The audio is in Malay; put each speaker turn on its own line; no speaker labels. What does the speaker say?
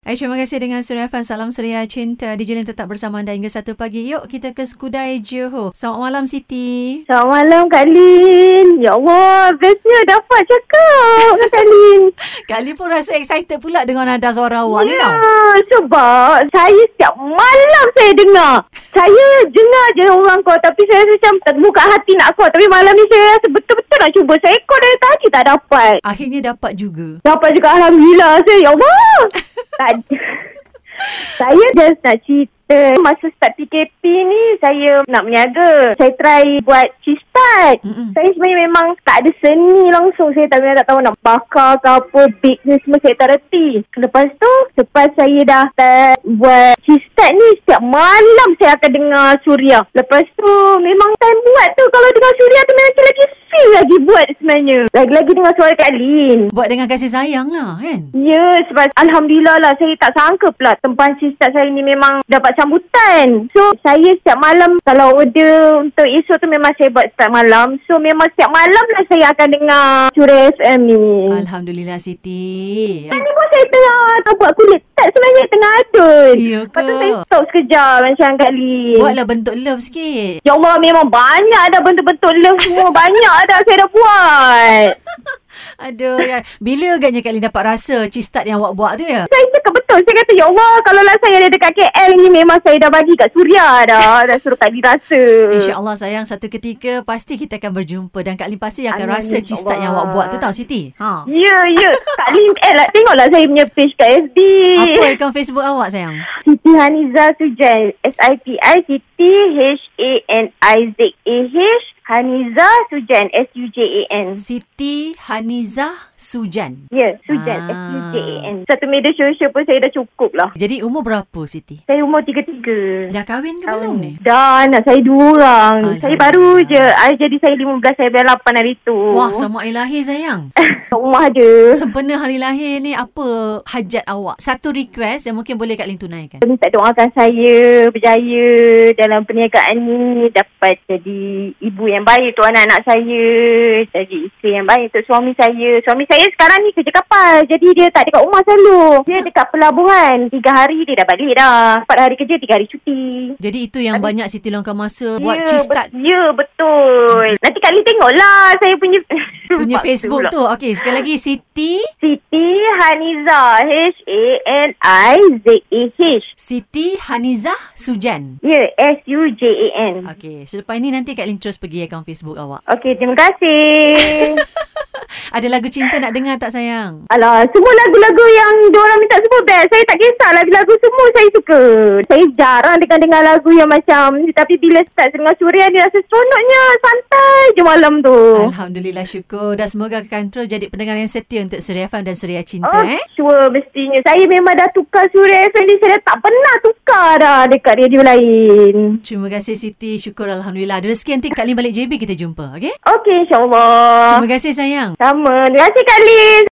Eh, terima kasih dengan Surya Fan. Salam Surya Cinta. Di Jilin tetap bersama anda hingga 1 pagi. Yuk kita ke Skudai Johor. Selamat malam Siti.
Selamat malam Kak Lin. Ya Allah, bestnya dapat cakap dengan Kak Lin.
Kak Lin pun rasa excited pula dengan nada suara awak ni tau.
Ya, sebab saya setiap malam saya dengar. Saya dengar je orang kau tapi saya rasa macam tak buka hati nak kau. Tapi malam ni saya rasa betul-betul nak cuba. Saya kau dari tadi tak dapat.
Akhirnya dapat juga.
Dapat juga Alhamdulillah saya. Ya Allah. tak, saya just nak cerita. Masa start PKP ni saya nak meniaga. Saya try buat cheese tart.
Mm-mm.
Saya sebenarnya memang tak ada seni langsung. Saya tak benar tak tahu nak bakar ke apa, bake ni semua saya tak reti. Lepas tu, lepas saya dah start buat cheese tart ni, setiap malam saya akan dengar Suria. Lepas tu, memang time buat tu, kalau dengar Suria tu memang lagi feel lagi buat sebenarnya. Lagi-lagi dengar suara Kak Lin.
Buat dengan kasih sayang lah kan.
Ya, sebab Alhamdulillah lah saya tak sangka pula tempat sistat saya ni memang dapat sambutan. So, saya setiap malam kalau order untuk esok tu memang saya buat setiap malam. So, memang setiap malam lah saya akan dengar Cura FM ni.
Alhamdulillah Siti.
Sekarang ni pun saya tengah tengah buat kulit tak sebenarnya tengah adun.
Ya
Lepas tu saya
ke?
stop sekejap macam Kak Lin.
Buatlah bentuk love sikit.
Ya Allah memang banyak dah bentuk-bentuk love semua. banyak dah saya dah buat.
Aduh, ya. bila agaknya Kak Lin dapat rasa cheese tart yang awak buat tu ya?
Saya cakap betul. Saya kata, Ya Allah, kalau lah saya ada dekat KL ni memang saya dah bagi kat Suria dah. dah suruh Kak Lee rasa.
InsyaAllah sayang satu ketika pasti kita akan berjumpa dan Kak Lin pasti akan
Amin,
rasa cheese tart yang awak buat tu tau Siti. Ha.
Ya, ya. Kak Lee, eh lah, tengoklah saya punya page kat FB.
Apa akaun Facebook awak sayang?
Siti Haniza Sujan. S-I-T-I Siti H-A-N-I-Z-A-H Haniza Sujan. S-U-J-A-N.
Siti Hanizah Sujan.
Ya, Sujan.
Ah.
S-U-J-A-N. Satu media sosial pun saya dah cukup lah.
Jadi umur berapa Siti?
Saya umur 33.
Dah kahwin ke
Tahun
belum
ni.
ni?
Dah anak saya dua orang Saya baru je
Alhamdulillah.
I jadi saya 15 Saya biar 8 hari tu
Wah, sama hari lahir sayang.
Kat rumah je
Sempena hari lahir ni apa hajat awak? Satu request yang mungkin boleh Kak Lin tunaikan.
Minta doakan saya berjaya dalam perniagaan ni dapat jadi ibu yang baik untuk anak-anak saya, jadi isteri yang baik untuk suami saya. Suami saya sekarang ni kerja kapal, jadi dia tak dekat rumah selalu. Dia dekat pelabuhan, tiga hari dia dah balik dah. Empat hari kerja, tiga hari cuti.
Jadi itu yang banyak Siti luangkan masa buat
ya,
cheese tart
bet- ya, betul. Nanti Kak Lee tengoklah saya punya...
punya
Lupa
Facebook
pula.
tu. Okey, sekali lagi Siti
Siti Haniza. H-A-N-I-Z-A-H.
Siti Hanizah Sujan.
E Ya, S-U-J-A-N.
Okey, selepas ni nanti Kak Lin terus pergi akaun Facebook awak.
Okey, terima kasih.
Ada lagu cinta nak dengar tak sayang?
Alah, semua lagu-lagu yang diorang minta semua best. Saya tak kisah lagu-lagu semua saya suka. Saya jarang dengar-dengar lagu yang macam tapi bila start dengar suria ni rasa seronoknya santai je malam tu.
Alhamdulillah syukur dan semoga akan terus jadi pendengar yang setia untuk Suria Farm dan Suria Cinta
Oh,
eh.
sure mestinya. Saya memang dah tukar Suria FM ni. Saya dah tak pernah tukar dah dekat radio lain.
Terima kasih Siti, syukur Alhamdulillah. Ada rezeki nanti Kak Lin balik JB kita jumpa, okey?
Okey, insyaAllah.
Terima kasih sayang.
Sama. Terima kasih Kak Liz.